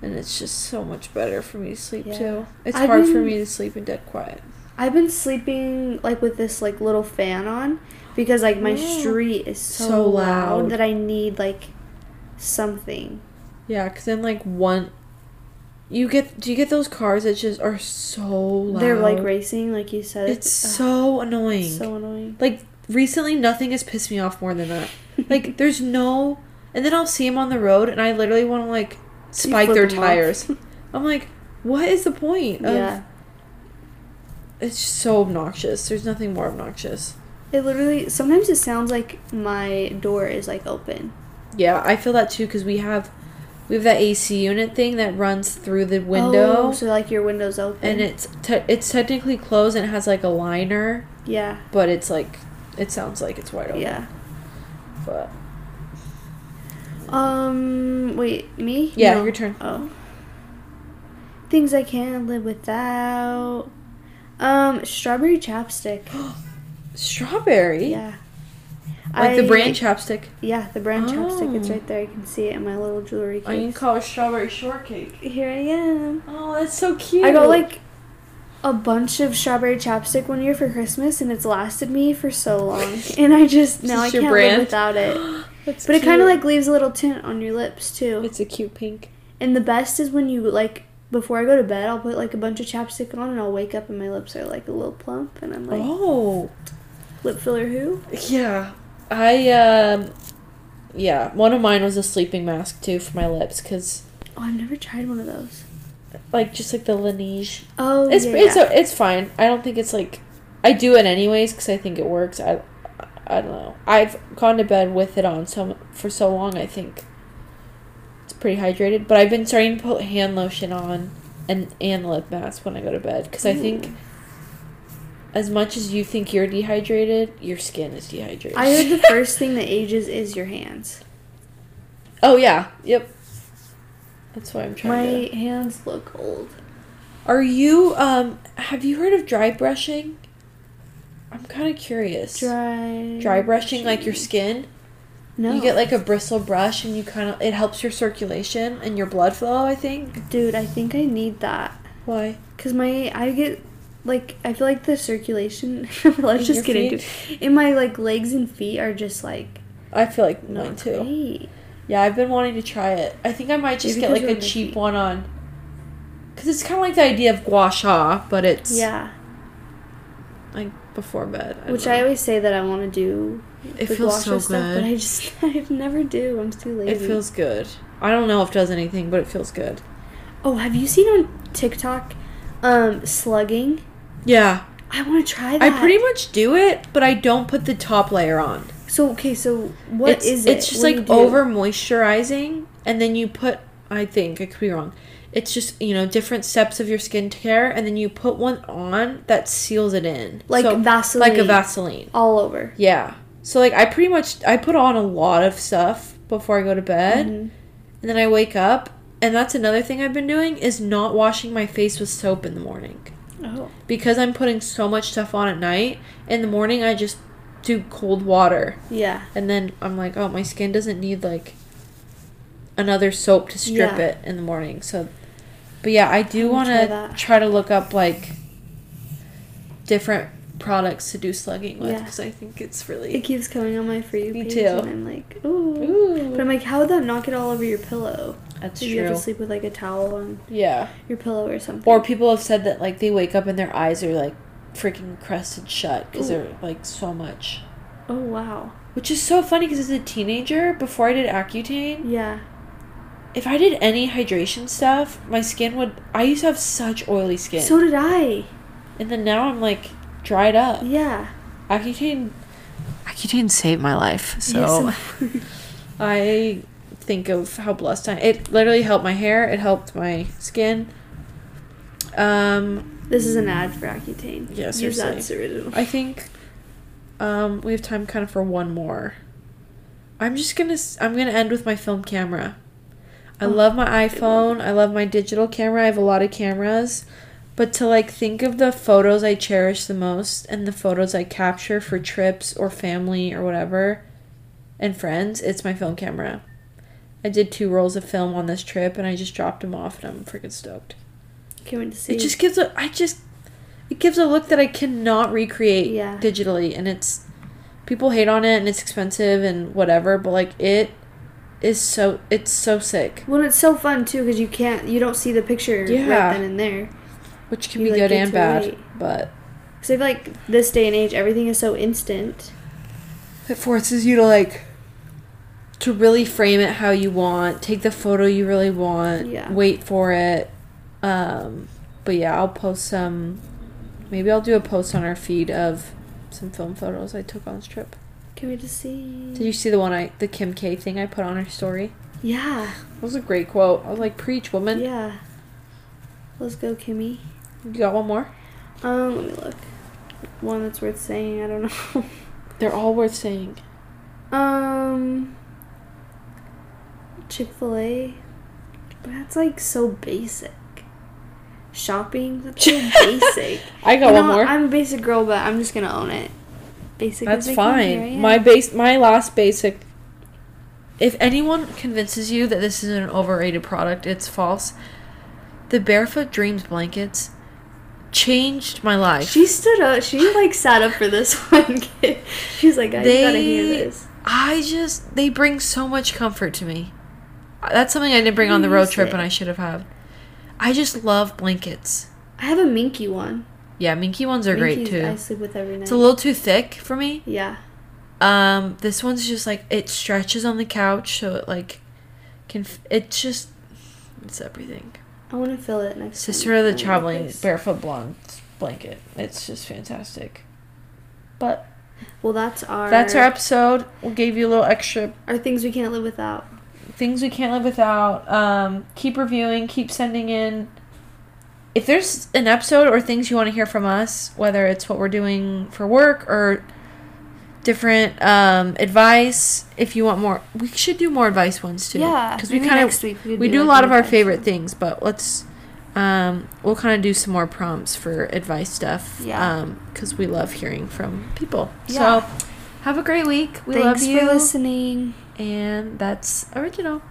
and it's just so much better for me to sleep
Yeah.
too it's
I've
hard for
been-
me to sleep in dead quiet
I've been sleeping like with this like little fan on because like my
Yeah.
street is so,
So
loud.
loud.
that I need like something.
yeah because then like one you get do you get those cars that just are so loud
They're like racing, like you said.
it's
Ugh,
so annoying
it's so annoying.
like recently nothing has pissed me off more than that like there's no and then i'll see them on the road and i literally want to like spike
flip
their
'em off.
tires
[laughs]
i'm like what is the point of
[laughs] Yeah.
It's just so obnoxious. There's nothing more obnoxious.
It literally sometimes it sounds like my door is like open.
Yeah, I feel that too because we have we have that AC unit thing that runs through the window,
Oh, so like your window's open.
and it's te- it's technically closed and it has like a liner,
yeah,
but it's like it sounds like it's wide open.
yeah.
But
Um, wait, me?
yeah,
No.
your turn.
Oh. Things I can't live without. Um,
[gasps]
strawberry chapstick.
Strawberry,
yeah.
like the brand chapstick.
Yeah, the brand chapstick. It's
Oh.
right there. I can see it in my little jewelry case.
I can call it strawberry shortcake.
Here I am.
Oh, that's so cute.
I got like a bunch of strawberry chapstick one year for Christmas, and it's lasted me for
[laughs]
so long. and I just now
this
I
your
can't live
brand? [gasps]
without it.
That's
But it kind of
cute.
like leaves a little tint on your lips too.
it's a cute pink.
And the best is when you like before I go to bed, I'll put like a bunch of chapstick on, and I'll wake up and my lips are like a little plump, and I'm like
oh,
lip filler who?
Yeah. I um yeah, one of mine was a sleeping mask too for my lips cuz
Oh, I've never tried one of those.
like just like the Laneige.
Oh,
It's
yeah,
it's
yeah.
a, it's fine. I don't think it's like I do it anyways cuz I think it works. I I don't know. I've gone to bed with it on so for so long, I think. It's pretty hydrated, but I've been starting to put hand lotion on and and lip mask when I go to bed cuz I think
Mm.
as much as you think you're dehydrated, your skin is dehydrated.
I heard
[laughs]
the first thing that ages is your hands.
Oh yeah. Yep. That's why I'm
my
trying to.
hands look old.
Are you um have you heard of dry brushing? I'm kind of curious.
Dry.
Dry brushing like your skin?
No.
You get like a bristle brush and you kind of it helps your circulation and your blood flow, I think.
Dude, I think I need that.
Why?
Cause my I get like I feel like the circulation. [laughs] let's
In
just
your
get into
feet?
it. In my like legs and feet are just like
I feel like
not
mine too.
great.
Yeah, I've been wanting to try it. I think I might just
Maybe
get
'cause
like
you're
a cheap
Nikki.
one on cuz it's kind of like the idea of gua sha, but it's
Yeah,
like before bed.
which
don't
I
know.
always say that I want to do.
It
the
feels
guasha
so
but
good.
I just [laughs] I never do. I'm too lazy.
it feels good. I don't know if it does anything, but it feels good.
Oh, have you seen on TikTok, um, slugging?
Yeah.
I want to try that.
I pretty much do it, but I don't put the top layer on.
So okay, so what
it's,
is it?
It's just
What do you
like
do?
over moisturizing, and then you put. I think I could be wrong. It's just you know different steps of your skincare, and then you put one on that seals it in,
Like Vaseline.
like a Vaseline.
all over.
Yeah. So like I pretty much I put on a lot of stuff before I go to bed,
Mm-hmm.
and then I wake up, and that's another thing I've been doing is not washing my face with soap in the morning
Oh,
because I'm putting so much stuff on at night. In the morning, I just do cold water
yeah.
and then I'm like, oh, my skin doesn't need like another soap to strip
Yeah.
it in the morning. So, but yeah, I do
I'm
want
gonna
to
try that.
try to look up like different products to do slugging with
Yeah.
because I think it's
It
really.
keeps coming on my for you
Me
page,
too.
and I'm like, ooh. But
Ooh,
I'm like, how would that not get all over your pillow?
that's
Did you have
true.
to sleep with like a towel on
Yeah,
your pillow or something?
or people have said that like they wake up and their eyes are like freaking crusted shut because
Ooh.
they're like so much.
oh wow,
Which is so funny because as a teenager, before I did Accutane,
yeah,
if I did any hydration stuff, my skin would. I used to have such oily skin,
so did I.
and then now I'm like dried up.
Yeah,
Accutane, Accutane saved my life. So [laughs] I think of how blessed I. It literally helped my hair. It helped my skin. Um,
this is an ad for Accutane.
Yeah,
Use
seriously.
that's original.
I think, um, we have time kind of for one more. I'm just gonna. s- I'm gonna end with my film camera. I
Oh,
love my iPhone. I love my digital camera. I have a lot of cameras, but to like think of the photos I cherish the most and the photos I capture for trips or family or whatever, and friends, it's my film camera. I did two rolls of film on this trip, and I just dropped them off, and I'm freaking stoked.
Can't wait to see.
It just gives a. I just. It gives a look that I cannot recreate
Yeah.
digitally, and it's. People hate on it, and it's expensive, and whatever. But like it, is so it's so sick,
Well, it's so fun too because you can't, you don't see the picture
Yeah.
right then and there.
which can
You,
be
like,
good
get
and
to
bad.
wait.
But
Because I feel like this day and age, everything is so instant.
it forces you to like. To really frame it how you want, take the photo you really want,
Yeah.
wait for it. Um, but yeah, I'll post some. Maybe I'll do a post on our feed of some film photos I took on this trip.
Can we just see?
Did you see the one I the Kim K thing I put on her story?
Yeah,
That was a great quote. I was like, preach, woman.
yeah. Let's go, Kimmy.
You got one more?
Um, let me look. One that's worth saying. I don't [laughs] know.
They're all worth saying.
Um, Chick fil A. That's like so basic.
[laughs]
Shopping. That's so basic.
I got
You
one
know,
more.
I'm a basic girl, but I'm just gonna own it. Basic.
That's
as I can
fine.
be, right?
My base my last basic if anyone convinces you that this is an overrated product, it's false. The Barefoot Dreams blankets changed my life.
[laughs] She stood up. She like sat up for this [laughs] one. kid. She's like, I gotta hear
They-
this.
I just they bring so much comfort to me. That's something I didn't bring on the road
Use
trip
it.
and I should have had. I just love blankets.
I have a minky one.
Yeah, minky ones are great
Minkies
too.
I sleep with every night.
It's a little too thick for me.
yeah.
Um, this one's just like it stretches on the couch, so it like can. F- it's just it's everything.
I want to fill it next.
Sister of the traveling
Bear.
barefoot blonde blanket. It's just fantastic. But
Well, that's our.
that's our episode. We gave you a little extra
Our things we can't live without.
things we can't live without. Um, keep reviewing. Keep sending in. If there's an episode or things you want to hear from us, whether it's what we're doing for work or different um, advice, if you want more, we should do more advice ones too.
Yeah,
because we
maybe
kind
next
of
week we
we,
could
do
do, like,
a lot
an
of our
advice
favorite
one.
things, but let's um, we'll kind of do some more prompts for advice stuff. um,
Yeah.
because we love hearing from people.
Yeah.
So have a great week. We
Thanks
love you
for listening.
And that's original.